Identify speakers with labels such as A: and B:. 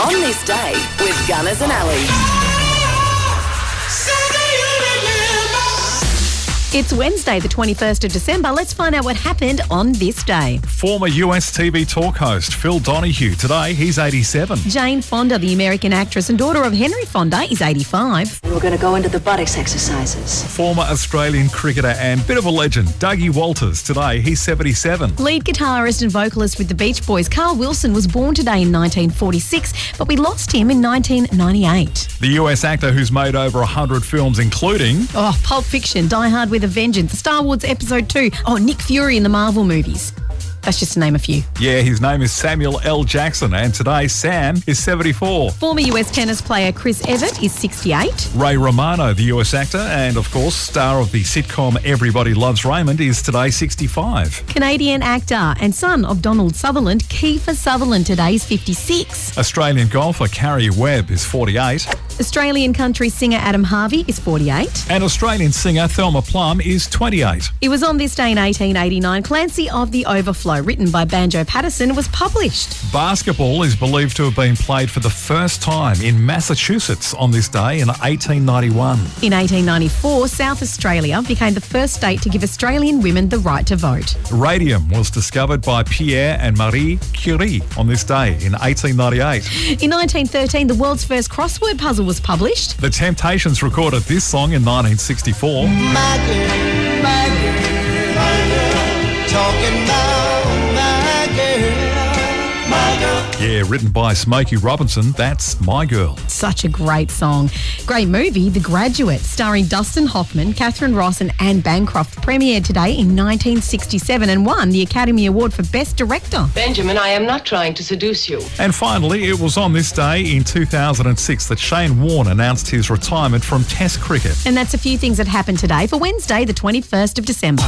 A: This Day with Gunners and Alley.
B: It's Wednesday, the 21st of December. Let's find out what happened on this day.
C: Former US TV talk host Phil Donahue. Today, he's 87.
B: Jane Fonda, the American actress and daughter of Henry Fonda, is 85.
D: We're going to go into the buttocks exercises.
C: Former Australian cricketer and bit of a legend, Dougie Walters. Today, he's 77.
B: Lead guitarist and vocalist with the Beach Boys, Carl Wilson, was born today in 1946, but we lost him in 1998.
C: The US actor who's made over 100 films, including
B: Oh, Pulp Fiction, Die Hard with a Vengeance, Star Wars Episode 2, oh, Nick Fury in the Marvel movies. That's just to name a few.
C: Yeah, his name is Samuel L. Jackson, and today Sam is 74.
B: Former US tennis player Chris Evert is 68.
C: Ray Romano, the US actor and, of course, star of the sitcom Everybody Loves Raymond, is today 65.
B: Canadian actor and son of Donald Sutherland, Kiefer Sutherland, today is 56.
C: Australian golfer Carrie Webb is 48.
B: Australian country singer Adam Harvey is 48.
C: And Australian singer Thelma Plum is 28.
B: It was on this day in 1889, Clancy of the Overflow, written by Banjo Patterson, was published.
C: Basketball is believed to have been played for the first time in Massachusetts on this day in 1891.
B: In 1894, South Australia became the first state to give Australian women the right to vote.
C: Radium was discovered by Pierre and Marie Curie on this day in 1898.
B: In 1913, the world's first crossword puzzle was published.
C: The Temptations recorded this song in 1964.
E: My girl, my girl, my girl, talking about my girl, my girl.
C: Yeah, written by Smokey Robinson. That's my girl.
B: Such a great song. Great movie, The Graduate, starring Dustin Hoffman, Catherine Ross, and Anne Bancroft, premiered today in 1967 and won the Academy Award for Best Director.
F: Benjamin, I am not trying to seduce you.
C: And finally, it was on this day in 2006 that Shane Warne announced his retirement from Test cricket.
B: And that's a few things that happened today for Wednesday, the 21st of December.